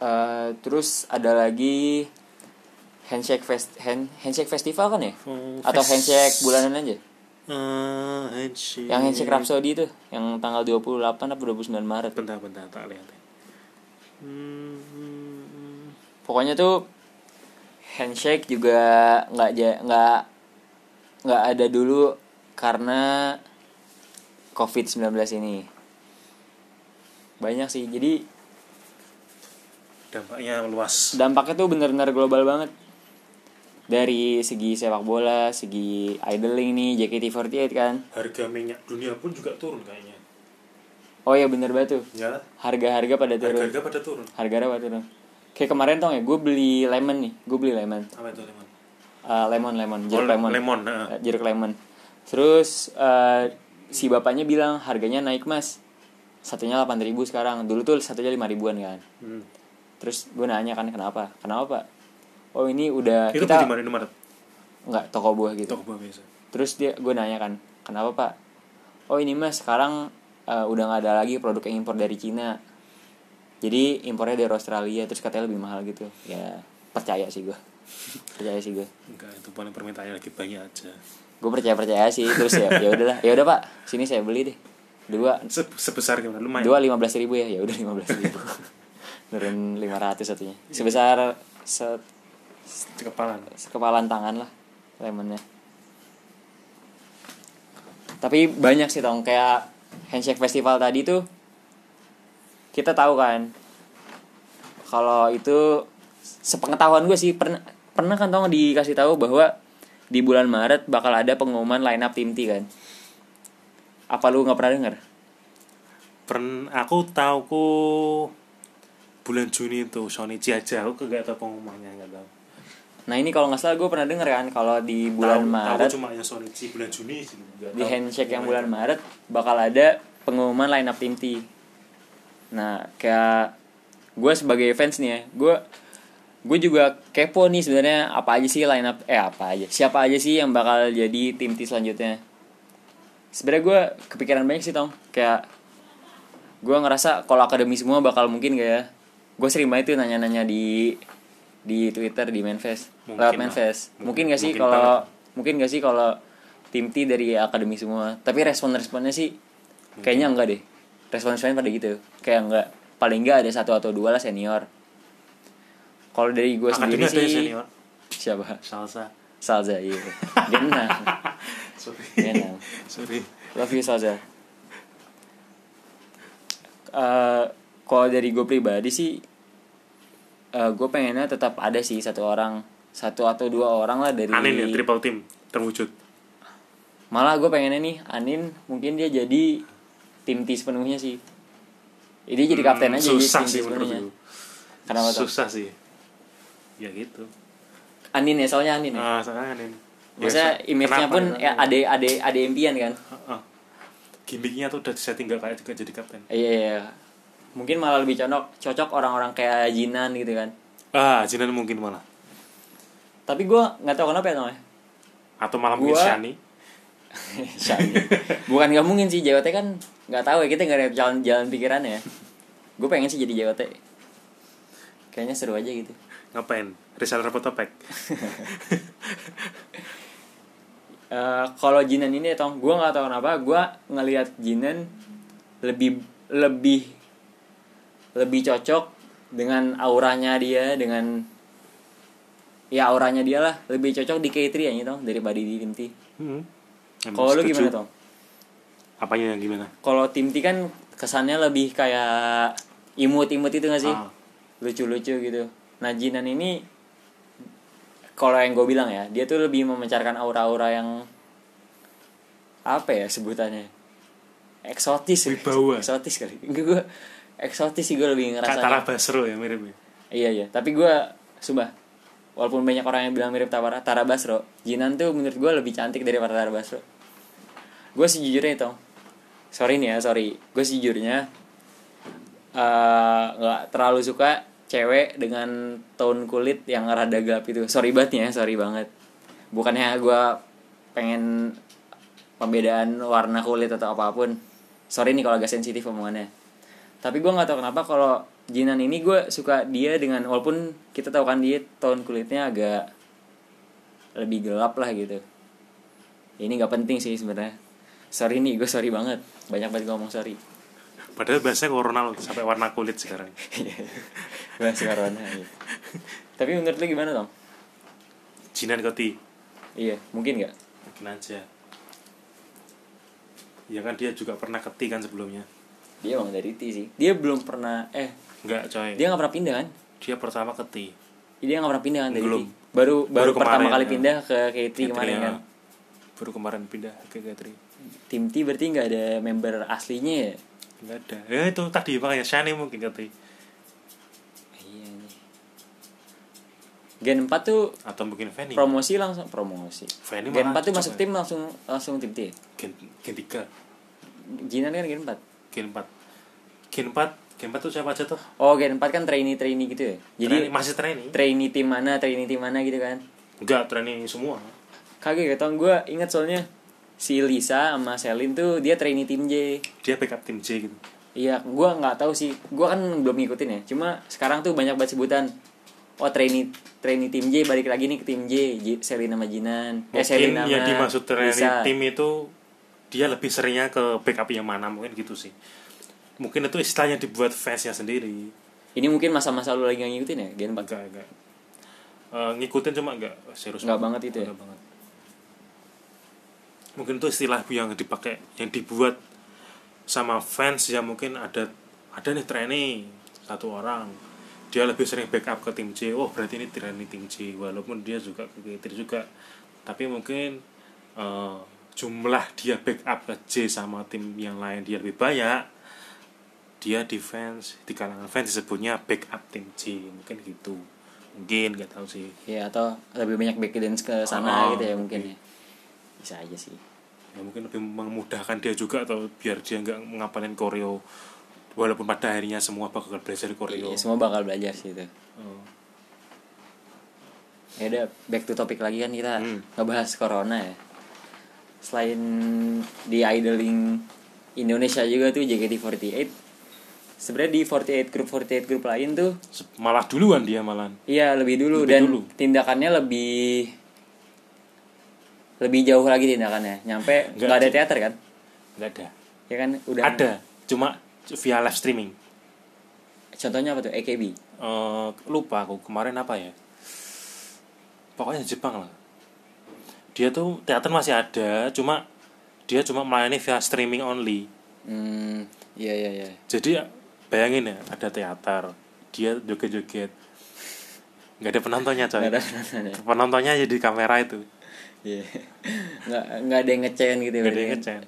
[SPEAKER 1] Eh, terus ada lagi handshake fest hand, handshake festival kan ya
[SPEAKER 2] Hmm,
[SPEAKER 1] atau
[SPEAKER 2] fest-
[SPEAKER 1] handshake bulanan aja
[SPEAKER 2] Eh, handshake.
[SPEAKER 1] yang handshake Rhapsody itu yang tanggal 28 atau 29 Maret
[SPEAKER 2] bentar bentar tak lihat Hmm, hmm, hmm.
[SPEAKER 1] pokoknya tuh handshake juga nggak ja- nggak nggak ada dulu karena covid 19 ini banyak sih jadi
[SPEAKER 2] dampaknya luas
[SPEAKER 1] dampaknya tuh bener-bener global banget dari segi sepak bola segi idling nih JKT48 kan
[SPEAKER 2] harga minyak dunia pun juga turun kayaknya
[SPEAKER 1] oh ya bener banget tuh
[SPEAKER 2] ya
[SPEAKER 1] harga-harga pada turun
[SPEAKER 2] harga pada turun
[SPEAKER 1] harga-harga pada turun kayak kemarin tau ya gue beli lemon nih gue beli lemon
[SPEAKER 2] apa itu lemon
[SPEAKER 1] Eh, lemon lemon jeruk
[SPEAKER 2] Oh,
[SPEAKER 1] lemon
[SPEAKER 2] lemon nah.
[SPEAKER 1] Eh, jeruk lemon terus eh, si bapaknya bilang harganya naik mas satunya 8.000 sekarang dulu tuh satunya lima ribuan kan
[SPEAKER 2] Hmm.
[SPEAKER 1] terus gue nanya kan kenapa kenapa pak oh ini udah
[SPEAKER 2] itu beli di
[SPEAKER 1] kita
[SPEAKER 2] mana di Maret
[SPEAKER 1] nggak toko buah gitu
[SPEAKER 2] toko buah biasa
[SPEAKER 1] terus dia gue nanya kan kenapa pak oh ini mas sekarang eh, udah nggak ada lagi produk yang impor dari Cina jadi impornya dari Australia terus katanya lebih mahal gitu ya percaya sih gue percaya sih gue
[SPEAKER 2] enggak itu paling permintaannya lagi banyak aja
[SPEAKER 1] gue percaya percaya sih terus ya ya udahlah ya udah pak sini saya beli deh dua
[SPEAKER 2] Se sebesar gimana lumayan
[SPEAKER 1] dua lima belas ribu ya ya udah lima belas ribu turun lima ratus satunya sebesar se
[SPEAKER 2] di kepalan
[SPEAKER 1] sekepalan tangan lah lemonnya tapi banyak sih tong kayak handshake festival tadi tuh kita tahu kan kalau itu sepengetahuan gue sih pernah pernah kan tong dikasih tahu bahwa di bulan Maret bakal ada pengumuman line up tim T kan apa lu nggak pernah denger
[SPEAKER 2] Pern aku tahu ku bulan Juni itu Shonichi aja aku nggak tahu pengumumannya nggak tahu
[SPEAKER 1] nah ini kalau nggak salah gue pernah denger kan kalau di bulan
[SPEAKER 2] Tahu- tahu
[SPEAKER 1] Maret
[SPEAKER 2] cuma yang Shonichi bulan Juni sih nggak
[SPEAKER 1] di
[SPEAKER 2] tahu
[SPEAKER 1] handshake yang bulan
[SPEAKER 2] gimana.
[SPEAKER 1] Maret bakal ada pengumuman line up tim T. Nah, kayak gue sebagai fans nih ya, gue gue juga kepo nih sebenarnya apa aja sih line up eh apa aja siapa aja sih yang bakal jadi tim T selanjutnya. Sebenarnya gue kepikiran banyak sih tong kayak gue ngerasa kalau akademi semua bakal mungkin gak ya. Gue sering banget tuh nanya-nanya di di Twitter di Manfest lewat
[SPEAKER 2] Mungkin lah.
[SPEAKER 1] Manfest. Mungkin, gak sih
[SPEAKER 2] Mungkin
[SPEAKER 1] kalau mungkin gak sih kalau tim T dari akademi semua tapi respon responnya sih kayaknya enggak deh respon responnya pada gitu kayak enggak paling enggak ada satu atau dua lah senior kalau dari gue sendiri
[SPEAKER 2] Akademi ada
[SPEAKER 1] sih
[SPEAKER 2] yang ya senior
[SPEAKER 1] siapa
[SPEAKER 2] salsa
[SPEAKER 1] Salza iya Gena
[SPEAKER 2] sorry
[SPEAKER 1] Gena
[SPEAKER 2] sorry
[SPEAKER 1] love you Salza Eh, kalau dari gue pribadi sih eh, gue pengennya tetap ada sih satu orang satu atau dua orang lah dari
[SPEAKER 2] aneh ya triple team terwujud
[SPEAKER 1] malah gue pengennya nih Anin mungkin dia jadi tim T sepenuhnya sih jadi jadi kapten aja jadi
[SPEAKER 2] Hmm, susah
[SPEAKER 1] tim T
[SPEAKER 2] sih menurut
[SPEAKER 1] sepenuhnya.
[SPEAKER 2] gue
[SPEAKER 1] kenapa tuh
[SPEAKER 2] susah sih ya gitu
[SPEAKER 1] Anin ya soalnya Anin ya
[SPEAKER 2] ah sekarang aneh
[SPEAKER 1] maksudnya image-nya pun ya ada ada ada impian kan
[SPEAKER 2] gimmicknya tuh udah disetting nggak kayak juga jadi kapten
[SPEAKER 1] iya iya iya. mungkin malah lebih cocok cocok orang-orang kayak Jinan gitu kan
[SPEAKER 2] ah Jinan mungkin malah
[SPEAKER 1] tapi gue nggak tahu kenapa ya Tong, ya
[SPEAKER 2] atau malah
[SPEAKER 1] Gua-
[SPEAKER 2] mungkin Shani
[SPEAKER 1] Shani. bukan nggak mungkin sih JWT kan nggak tahu ya kita nggak ada jalan jalan pikiran ya gue pengen sih jadi JWT Kayaknya seru aja gitu.
[SPEAKER 2] Ngapain? Reseller Photopec.
[SPEAKER 1] Eh, kalau Jinan ini tong gue nggak tahu kenapa gue ngelihat Jinan lebih lebih lebih cocok dengan auranya dia dengan ya auranya dia lah lebih cocok di K3 ya nih tong daripada di tim T.
[SPEAKER 2] Hmm. Emang
[SPEAKER 1] Kalau lu
[SPEAKER 2] setuju.
[SPEAKER 1] gimana tong?
[SPEAKER 2] Apanya yang gimana?
[SPEAKER 1] Kalau tim T kan kesannya lebih kayak imut-imut itu gak sih?
[SPEAKER 2] Ah.
[SPEAKER 1] Lucu-lucu gitu. Nah Jinan ini kalau yang gue bilang ya dia tuh lebih memancarkan aura-aura yang apa ya sebutannya eksotis
[SPEAKER 2] Wibawa.
[SPEAKER 1] eksotis kali gue eksotis sih gue lebih
[SPEAKER 2] Kak
[SPEAKER 1] ngerasa
[SPEAKER 2] Tara Basro ya mirip ya.
[SPEAKER 1] Iya iya, tapi gue sumpah walaupun banyak orang yang bilang mirip Tara, Tara Basro, Jinan tuh menurut gue lebih cantik daripada Tara Basro. Gue sejujurnya itu, sorry nih ya sorry, gue sejujurnya eh, nggak terlalu suka cewek dengan tone kulit yang rada gelap itu. Sorry banget nih ya, sorry banget. Bukannya gue pengen pembedaan warna kulit atau apapun. Sorry nih kalau agak sensitif omongannya tapi gue nggak tahu kenapa kalau Jinan ini gue suka dia dengan walaupun kita tahu kan dia tone kulitnya agak lebih gelap lah gitu ini nggak penting sih sebenarnya sorry nih gue sorry banget banyak banget gue ngomong sorry
[SPEAKER 2] Padahal bahasanya corona loh, sampai warna kulit sekarang.
[SPEAKER 1] bahas corona iya. tapi menurut lu gimana Tom?
[SPEAKER 2] Jinan Koti.
[SPEAKER 1] iya mungkin nggak
[SPEAKER 2] Mungkin aja. Ya kan dia juga pernah keti kan sebelumnya.
[SPEAKER 1] dia emang dari T sih dia belum pernah eh
[SPEAKER 2] Enggak coy. Dia,
[SPEAKER 1] dia nggak pernah pindah kan
[SPEAKER 2] pertama keti.
[SPEAKER 1] dia nggak pernah pindah kan dari
[SPEAKER 2] Belum.
[SPEAKER 1] T baru baru,
[SPEAKER 2] Baru
[SPEAKER 1] pertama
[SPEAKER 2] kemarin,
[SPEAKER 1] kali
[SPEAKER 2] ya.
[SPEAKER 1] pindah ke K3 kemarin
[SPEAKER 2] Katri,
[SPEAKER 1] kan
[SPEAKER 2] ya. Baru kemarin pindah ke Katri.
[SPEAKER 1] tim T berarti nggak ada member aslinya ya
[SPEAKER 2] Enggak ada. Ya itu tadi makanya Shani mungkin Katri.
[SPEAKER 1] Iya nih. Gen 4 tuh
[SPEAKER 2] Atau mungkin Fanny.
[SPEAKER 1] promosi langsung promosi.
[SPEAKER 2] Fanny
[SPEAKER 1] Gen 4
[SPEAKER 2] malah
[SPEAKER 1] tuh
[SPEAKER 2] cocok
[SPEAKER 1] masuk
[SPEAKER 2] ya.
[SPEAKER 1] tim langsung langsung tim T.
[SPEAKER 2] Gen, gen 3.
[SPEAKER 1] Jinan kan Gen 4.
[SPEAKER 2] Gen 4. Gen 4. Gen 4 tuh siapa aja tuh?
[SPEAKER 1] Oh, Gen 4 kan trainee trainee gitu ya. Jadi
[SPEAKER 2] Trainee- masih trainee.
[SPEAKER 1] trainee tim mana, trainee tim mana gitu kan.
[SPEAKER 2] Enggak, trainee semua.
[SPEAKER 1] Kaget gitu gue inget soalnya si Lisa sama Selin tuh dia trainee tim J.
[SPEAKER 2] Dia backup tim J gitu.
[SPEAKER 1] Iya, gua nggak tahu sih. Gua kan belum ngikutin ya. Cuma sekarang tuh banyak banget sebutan. Oh, trainee trainee tim J balik lagi nih ke tim J, J- Selin sama Jinan. Eh,
[SPEAKER 2] mungkin
[SPEAKER 1] sama
[SPEAKER 2] yang dimaksud dari
[SPEAKER 1] Lisa.
[SPEAKER 2] tim itu dia lebih seringnya ke backup yang mana mungkin gitu sih mungkin itu istilahnya dibuat fansnya sendiri
[SPEAKER 1] Ini mungkin masa-masa lu lagi nggak ngikutin ya Gen 4
[SPEAKER 2] enggak enggak Eh, ngikutin cuma enggak serius
[SPEAKER 1] Enggak banget itu ya?
[SPEAKER 2] Enggak banget. mungkin itu istilah yang dipakai yang dibuat sama fans ya mungkin ada ada nih trainee satu orang dia lebih sering backup ke tim C oh berarti ini trainee tim C walaupun dia juga ke K3 juga tapi mungkin eh, jumlah dia backup ke J sama tim yang lain dia lebih banyak dia di fans di kalangan fans disebutnya backup tim C mungkin gitu mungkin nggak tahu sih
[SPEAKER 1] Ya atau lebih banyak back dance ke sana
[SPEAKER 2] Ah,
[SPEAKER 1] gitu ya mungkin
[SPEAKER 2] oke.
[SPEAKER 1] ya Bisa aja sih
[SPEAKER 2] ya mungkin lebih memudahkan dia juga atau biar dia nggak ngapalin koreo walaupun pada akhirnya semua bakal belajar koreo
[SPEAKER 1] Iya, Semua bakal belajar sih itu
[SPEAKER 2] Oh.
[SPEAKER 1] Ya udah back to topic lagi kan kita
[SPEAKER 2] Hmm.
[SPEAKER 1] ngebahas corona ya Selain di idling Indonesia juga tuh JKT48 sebenarnya di 48 grup 48 grup lain tuh
[SPEAKER 2] Se- malah duluan dia malan
[SPEAKER 1] Iya lebih dulu
[SPEAKER 2] Lebih
[SPEAKER 1] dan
[SPEAKER 2] dulu.
[SPEAKER 1] tindakannya lebih lebih jauh lagi tindakannya nyampe
[SPEAKER 2] Nggak
[SPEAKER 1] nggak ada
[SPEAKER 2] sih.
[SPEAKER 1] teater kan
[SPEAKER 2] nggak ada
[SPEAKER 1] ya kan udah
[SPEAKER 2] ada cuma via live streaming
[SPEAKER 1] contohnya apa tuh AKB
[SPEAKER 2] Eh, lupa aku kemarin apa ya pokoknya Jepang lah dia tuh teater masih ada cuma dia cuma melayani via streaming only
[SPEAKER 1] Hmm, iya iya iya.
[SPEAKER 2] jadi bayangin ya ada teater dia joget-joget nggak ada penontonnya coy
[SPEAKER 1] Nggak ada penontonnya.
[SPEAKER 2] penontonnya jadi kamera itu
[SPEAKER 1] Iya. Nggak nggak ada yang ngecen gitu ya.
[SPEAKER 2] nggak ada
[SPEAKER 1] berarti
[SPEAKER 2] yang
[SPEAKER 1] kan?
[SPEAKER 2] ngecen.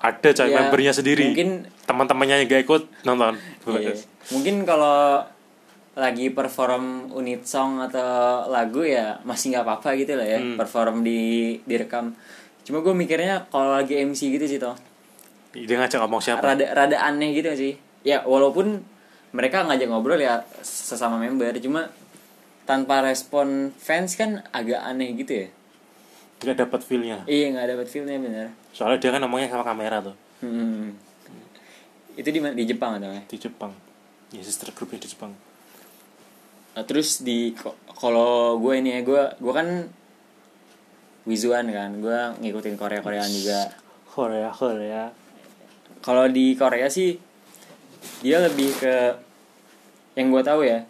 [SPEAKER 2] ada coy
[SPEAKER 1] Ya,
[SPEAKER 2] membernya sendiri
[SPEAKER 1] mungkin-
[SPEAKER 2] teman-temannya yang nggak ikut nonton
[SPEAKER 1] Iya. Mungkin kalau lagi perform unit song atau lagu ya masih nggak apa-apa gitu lah ya. Perform di direkam. Cuma gue mikirnya kalau lagi MC gitu sih toh.
[SPEAKER 2] dia ngajak ngomong siapa
[SPEAKER 1] Rada rada aneh gitu sih. Ya walaupun mereka ngajak ngobrol ya sesama member cuma tanpa respon fans kan agak aneh gitu ya.
[SPEAKER 2] nggak dapat feelnya
[SPEAKER 1] Iya nggak dapat feelnya bener.
[SPEAKER 2] soalnya dia kan ngomongnya sama kamera tuh
[SPEAKER 1] Hmm. Itu di mana? Di Jepang atau nggak?
[SPEAKER 2] di Jepang ya sister groupnya di Jepang
[SPEAKER 1] Nah, terus di ko- kalau gue ini ya gue gue kan wizuan kan gue ngikutin Korea Koreaan juga
[SPEAKER 2] Korea Korea
[SPEAKER 1] kalau di Korea sih dia lebih ke yang gue tahu ya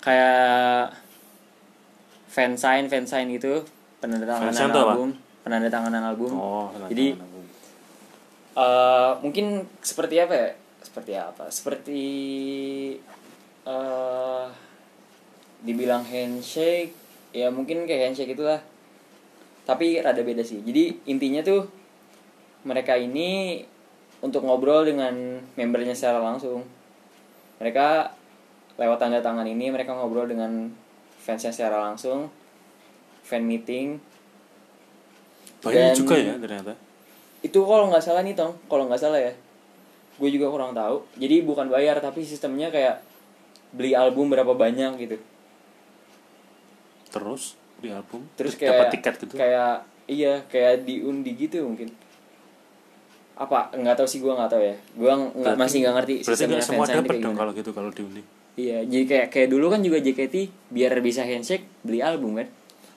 [SPEAKER 1] kayak fansign fansign gitu
[SPEAKER 2] Fansign
[SPEAKER 1] penandatanganan
[SPEAKER 2] tuh apa?
[SPEAKER 1] album penandatanganan album
[SPEAKER 2] oh
[SPEAKER 1] Jadi-
[SPEAKER 2] tenang, tenang.
[SPEAKER 1] Eh, mungkin seperti apa ya? Seperti apa? Seperti eh dibilang handshake, ya mungkin kayak handshake itulah. Tapi rada beda sih. Jadi intinya tuh mereka ini untuk ngobrol dengan membernya secara langsung. Mereka lewat tanda tangan ini mereka ngobrol dengan fansnya secara langsung, fan meeting. Dan-
[SPEAKER 2] banyak juga ya ternyata
[SPEAKER 1] itu kalau nggak salah nih tong kalau nggak salah ya gue juga kurang tahu jadi bukan bayar tapi sistemnya kayak beli album berapa banyak gitu
[SPEAKER 2] terus di album
[SPEAKER 1] terus kayak
[SPEAKER 2] dapat tiket gitu
[SPEAKER 1] kayak iya kayak diundi gitu mungkin apa nggak tahu sih gue nggak tahu ya gue nggak
[SPEAKER 2] Berarti-
[SPEAKER 1] masih nggak ngerti
[SPEAKER 2] berarti nggak semua
[SPEAKER 1] fansign ini
[SPEAKER 2] dapat
[SPEAKER 1] kayak
[SPEAKER 2] dong
[SPEAKER 1] gimana.
[SPEAKER 2] kalau gitu kalau diundi
[SPEAKER 1] iya jadi kayak kayak dulu kan juga JKT biar bisa handshake beli album kan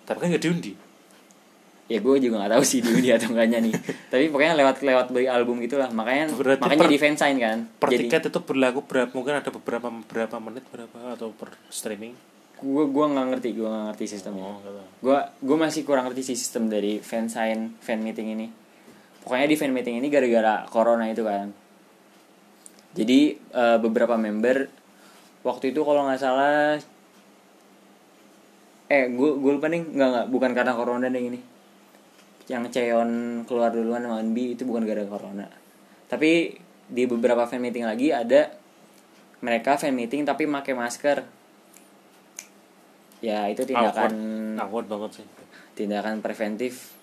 [SPEAKER 2] tapi kan nggak diundi
[SPEAKER 1] ya gue juga nggak tahu sih diundi atau enggaknya nih tapi pokoknya lewat lewat beli album gitulah makanya
[SPEAKER 2] Berarti
[SPEAKER 1] makanya
[SPEAKER 2] per-
[SPEAKER 1] di fansign kan
[SPEAKER 2] per
[SPEAKER 1] Jadi-
[SPEAKER 2] tiket itu berlaku berapa mungkin ada beberapa berapa menit berapa atau per streaming
[SPEAKER 1] gue gue nggak ngerti gue nggak ngerti sistemnya
[SPEAKER 2] oh nggak tahu.
[SPEAKER 1] gue gue masih kurang ngerti sih sistem dari fan sign fan meeting ini pokoknya di fan meeting ini gara-gara corona itu kan jadi eh, beberapa member waktu itu kalau nggak salah eh gue gue lupa nih nggak nggak bukan karena corona deh ini yang Cheon keluar duluan sama Eunbi itu bukan gara-gara corona tapi di beberapa fan meeting lagi ada mereka fan meeting tapi pakai masker ya itu
[SPEAKER 2] awkward
[SPEAKER 1] tindakan
[SPEAKER 2] awkward banget sih
[SPEAKER 1] tindakan preventif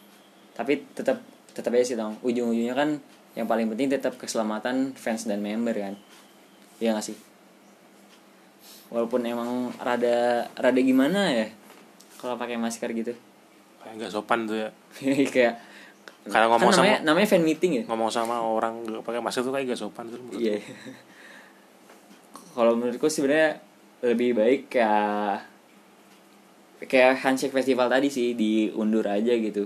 [SPEAKER 1] tapi tetap tetap aja sih dong ujung-ujungnya kan yang paling penting tetap keselamatan fans dan member kan ya nggak sih walaupun emang rada rada gimana ya kalau pakai masker gitu
[SPEAKER 2] kayak nggak sopan tuh ya
[SPEAKER 1] kayak
[SPEAKER 2] Karena
[SPEAKER 1] Nah, kan
[SPEAKER 2] ngomong
[SPEAKER 1] namanya namanya fan meeting ya
[SPEAKER 2] ngomong sama orang nggak pakai masker tuh kayak nggak sopan tuh menurut
[SPEAKER 1] iya kalau menurutku sebenarnya lebih baik kayak kayak handshake festival tadi sih diundur aja gitu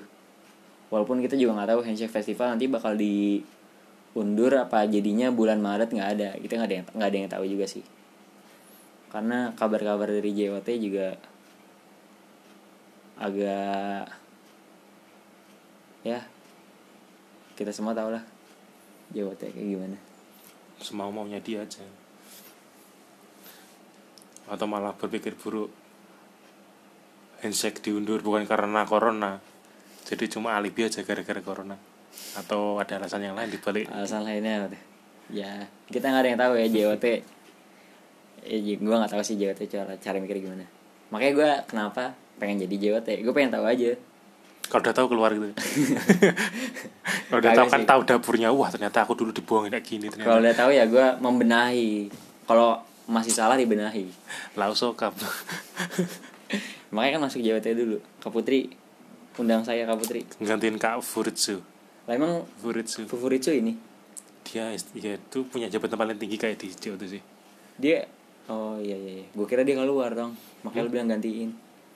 [SPEAKER 1] walaupun kita juga nggak tahu handshake festival nanti bakal diundur apa jadinya bulan maret nggak ada kita nggak ada yang nggak ada yang tahu juga sih karena kabar-kabar dari JWT juga agak ya kita semua tahu lah JWT kayak gimana
[SPEAKER 2] semau maunya dia aja atau malah berpikir buruk handshake diundur bukan karena corona jadi cuma alibi aja gara-gara corona atau ada alasan yang lain dibalik
[SPEAKER 1] alasan lainnya apa tuh? ya kita nggak ada yang tahu ya JOT ya, gue nggak tahu sih JOT cara cara mikir gimana makanya gue kenapa pengen jadi JOT gue pengen tahu aja
[SPEAKER 2] kalau udah tahu keluar gitu kalau udah tahu
[SPEAKER 1] Kagak
[SPEAKER 2] kan
[SPEAKER 1] sih.
[SPEAKER 2] tahu dapurnya wah ternyata aku dulu dibuangin kayak gini
[SPEAKER 1] kalau
[SPEAKER 2] ternyata
[SPEAKER 1] udah tahu ya gue membenahi kalau masih salah dibenahi
[SPEAKER 2] lau sokap
[SPEAKER 1] makanya kan masuk JOT dulu Kak Putri undang saya Kak Putri
[SPEAKER 2] gantiin kak Furitsu
[SPEAKER 1] lah emang
[SPEAKER 2] Furitsu
[SPEAKER 1] Fufuritsu ini
[SPEAKER 2] dia dia itu punya jabatan paling tinggi kayak di JOT sih
[SPEAKER 1] dia oh iya iya, iya. gue kira dia keluar dong makanya lu bilang gantiin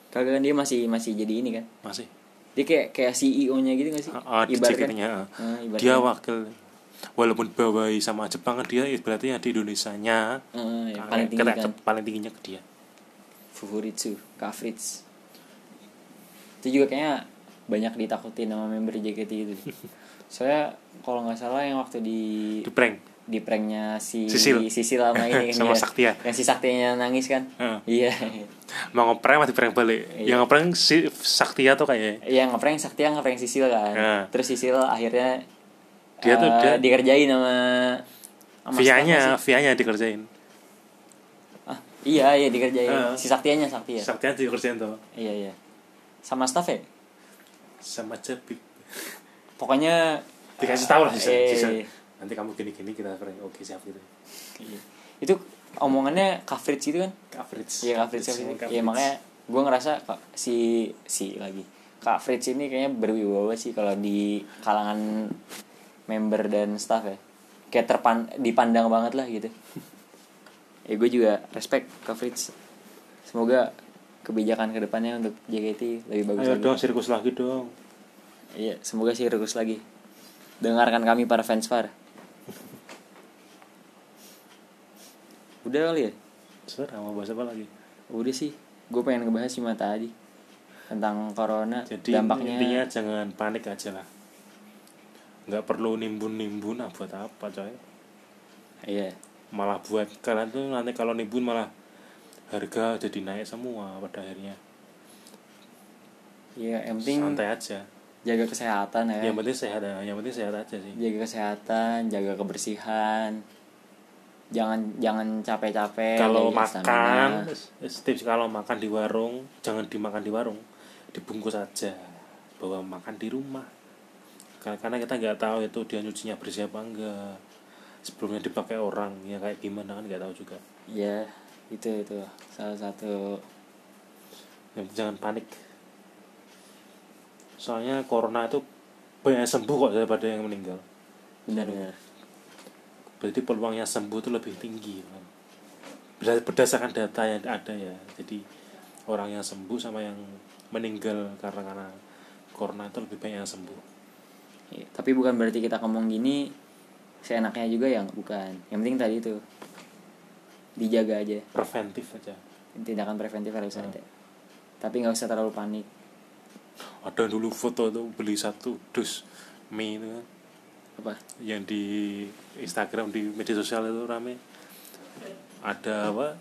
[SPEAKER 1] kagak kan dia masih masih jadi ini kan
[SPEAKER 2] masih
[SPEAKER 1] dia kayak kayak CEO nya gitu gak sih
[SPEAKER 2] Ah, ah, di JKT-nya, ah.
[SPEAKER 1] Ah, ibaratkan.
[SPEAKER 2] dia wakil walaupun bawahi sama Jepang kan dia berarti di Indonesia nya
[SPEAKER 1] Eh, yang
[SPEAKER 2] Ah,
[SPEAKER 1] paling tinggi kan
[SPEAKER 2] paling tingginya ke dia
[SPEAKER 1] Fufuritsu, Kafritz. Itu juga kayaknya banyak ditakutin sama member JKT itu. Soalnya kalau nggak salah yang waktu di
[SPEAKER 2] di prank
[SPEAKER 1] di pranknya si
[SPEAKER 2] Sisil.
[SPEAKER 1] Sisil sama ini kan
[SPEAKER 2] Sama
[SPEAKER 1] dia.
[SPEAKER 2] Saktia. Ah.
[SPEAKER 1] Yang si Saktianya nangis kan?
[SPEAKER 2] Heeh.
[SPEAKER 1] Iya.
[SPEAKER 2] mau ngeprank mati prank balik
[SPEAKER 1] Iya.
[SPEAKER 2] yang ngeprank si Saktia tuh kayaknya
[SPEAKER 1] yang Iya, ngeprank Saktia ngeprank Sisil kan.
[SPEAKER 2] Heeh.
[SPEAKER 1] Terus Sisil akhirnya
[SPEAKER 2] Ah. Dia tuh-
[SPEAKER 1] eh,
[SPEAKER 2] dia-
[SPEAKER 1] dikerjain sama sama
[SPEAKER 2] Vianya
[SPEAKER 1] siapa sih?
[SPEAKER 2] Vianya dikerjain
[SPEAKER 1] Ah, iya, iya dikerjain.
[SPEAKER 2] Heeh.
[SPEAKER 1] Si Saktianya Saktia.
[SPEAKER 2] Saktia dikerjain tuh
[SPEAKER 1] iya, iya. Sama staff ya?
[SPEAKER 2] sama Jepit
[SPEAKER 1] Pokoknya
[SPEAKER 2] dikasih tahu lah sisa,
[SPEAKER 1] Eh,
[SPEAKER 2] sisa. nanti kamu gini gini kita prank oke siap gitu
[SPEAKER 1] Iya. itu omongannya coverage gitu kan
[SPEAKER 2] coverage
[SPEAKER 1] iya coverage
[SPEAKER 2] Semua
[SPEAKER 1] coverage iya makanya gue ngerasa kok si si lagi coverage ini kayaknya berwibawa sih kalau di kalangan member dan staff ya kayak terpan dipandang banget lah gitu ya gue juga respect coverage semoga kebijakan kedepannya untuk JKT lebih bagus
[SPEAKER 2] Ayo
[SPEAKER 1] lagi
[SPEAKER 2] dong sirkus lagi dong.
[SPEAKER 1] iya semoga sih regus lagi dengarkan kami para fans far udah kali ya
[SPEAKER 2] Serah mau bahas apa lagi?
[SPEAKER 1] udah sih gue pengen ngebahas cuma tadi tentang corona
[SPEAKER 2] Jadi
[SPEAKER 1] dampaknya
[SPEAKER 2] intinya jangan panik aja lah. Nggak perlu nimbun-nimbun ah, buat apa coy?
[SPEAKER 1] iya
[SPEAKER 2] Malah buat kalian tuh nanti kalau nimbun malah harga jadi naik semua pada akhirnya.
[SPEAKER 1] iya yang penting
[SPEAKER 2] Santai aja.
[SPEAKER 1] jaga kesehatan ya
[SPEAKER 2] Yang penting sehat, ah. yang penting sehat aja sih.
[SPEAKER 1] jaga kesehatan jaga kebersihan jangan jangan capek-capek
[SPEAKER 2] kalau
[SPEAKER 1] jaga Iya, stamina.
[SPEAKER 2] makan, tips kalau makan di warung jangan dimakan di warung, dibungkus aja bawa makan di rumah. Kar- Karena kita nggak tahu itu dia nyucinya bersih apa enggak. Sebelumnya dipakai orang ya kayak gimana kan nggak tahu juga.
[SPEAKER 1] ya itu itu salah satu
[SPEAKER 2] Yang penting Jangan panik. Soalnya corona itu banyak yang sembuh kok daripada yang meninggal.
[SPEAKER 1] benar-benar
[SPEAKER 2] Berarti peluangnya sembuh itu lebih tinggi. kan. Berda- Berdasarkan data yang ada ya. Jadi orang yang sembuh sama yang meninggal karena karena corona itu lebih banyak yang sembuh.
[SPEAKER 1] Iya, tapi bukan berarti kita ngomong gini seenaknya juga ya bukan yang penting tadi itu dijaga aja
[SPEAKER 2] Preventif aja.
[SPEAKER 1] tindakan preventif harus ada tapi nggak usah terlalu panik
[SPEAKER 2] Ada yang dulu foto tuh beli satu dus mie itu kan.
[SPEAKER 1] apa
[SPEAKER 2] yang di Instagram di media sosial itu rame ada apa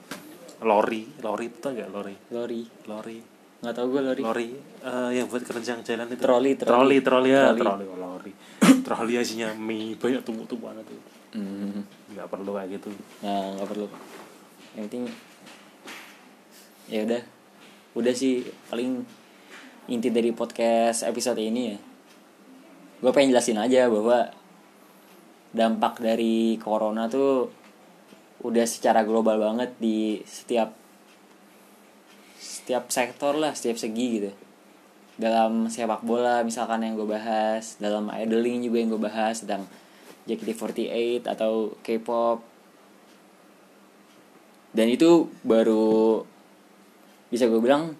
[SPEAKER 2] lori lori itu tau nggak lori
[SPEAKER 1] lori
[SPEAKER 2] lori
[SPEAKER 1] nggak tahu gue lori
[SPEAKER 2] lori eh, yang buat keranjang jalan itu
[SPEAKER 1] Troli, troli.
[SPEAKER 2] troli troli ya
[SPEAKER 1] Troli.
[SPEAKER 2] troli oh, lori troli isinya mie banyak tumpuk-tumpukan itu
[SPEAKER 1] Hmm,
[SPEAKER 2] nggak perlu kayak gitu
[SPEAKER 1] nah nggak perlu yang penting ya udah udah sih paling inti dari podcast episode ini ya gue pengen jelasin aja bahwa dampak dari corona tuh udah secara global banget di setiap setiap sektor lah setiap segi gitu dalam sepak bola misalkan yang gue bahas dalam idling juga yang gue bahas tentang JKT48 atau K-pop dan itu baru bisa gue bilang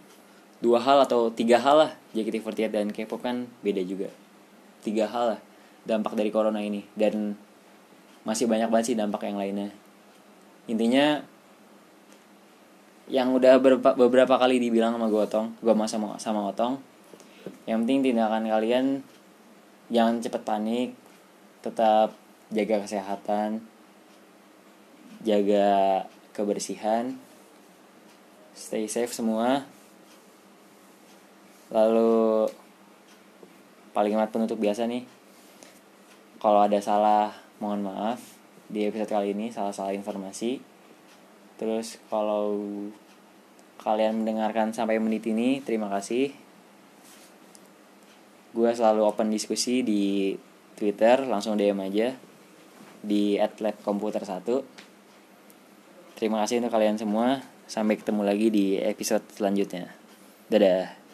[SPEAKER 1] dua hal atau tiga hal lah JKT48 dan K-pop kan beda juga tiga hal lah dampak dari corona ini dan masih banyak banget sih dampak yang lainnya intinya yang udah berpa- beberapa kali dibilang sama gue otong gue sama sama sama otong yang penting tindakan kalian jangan cepet panik tetap jaga kesehatan jaga kebersihan stay safe semua lalu paling amat penutup biasa nih kalau ada salah mohon maaf di episode kali ini salah-salah informasi terus kalau kalian mendengarkan sampai menit ini terima kasih gue selalu open diskusi di Twitter langsung DM aja di @labkomputer 1 terima kasih untuk kalian semua sampai ketemu lagi di episode selanjutnya dadah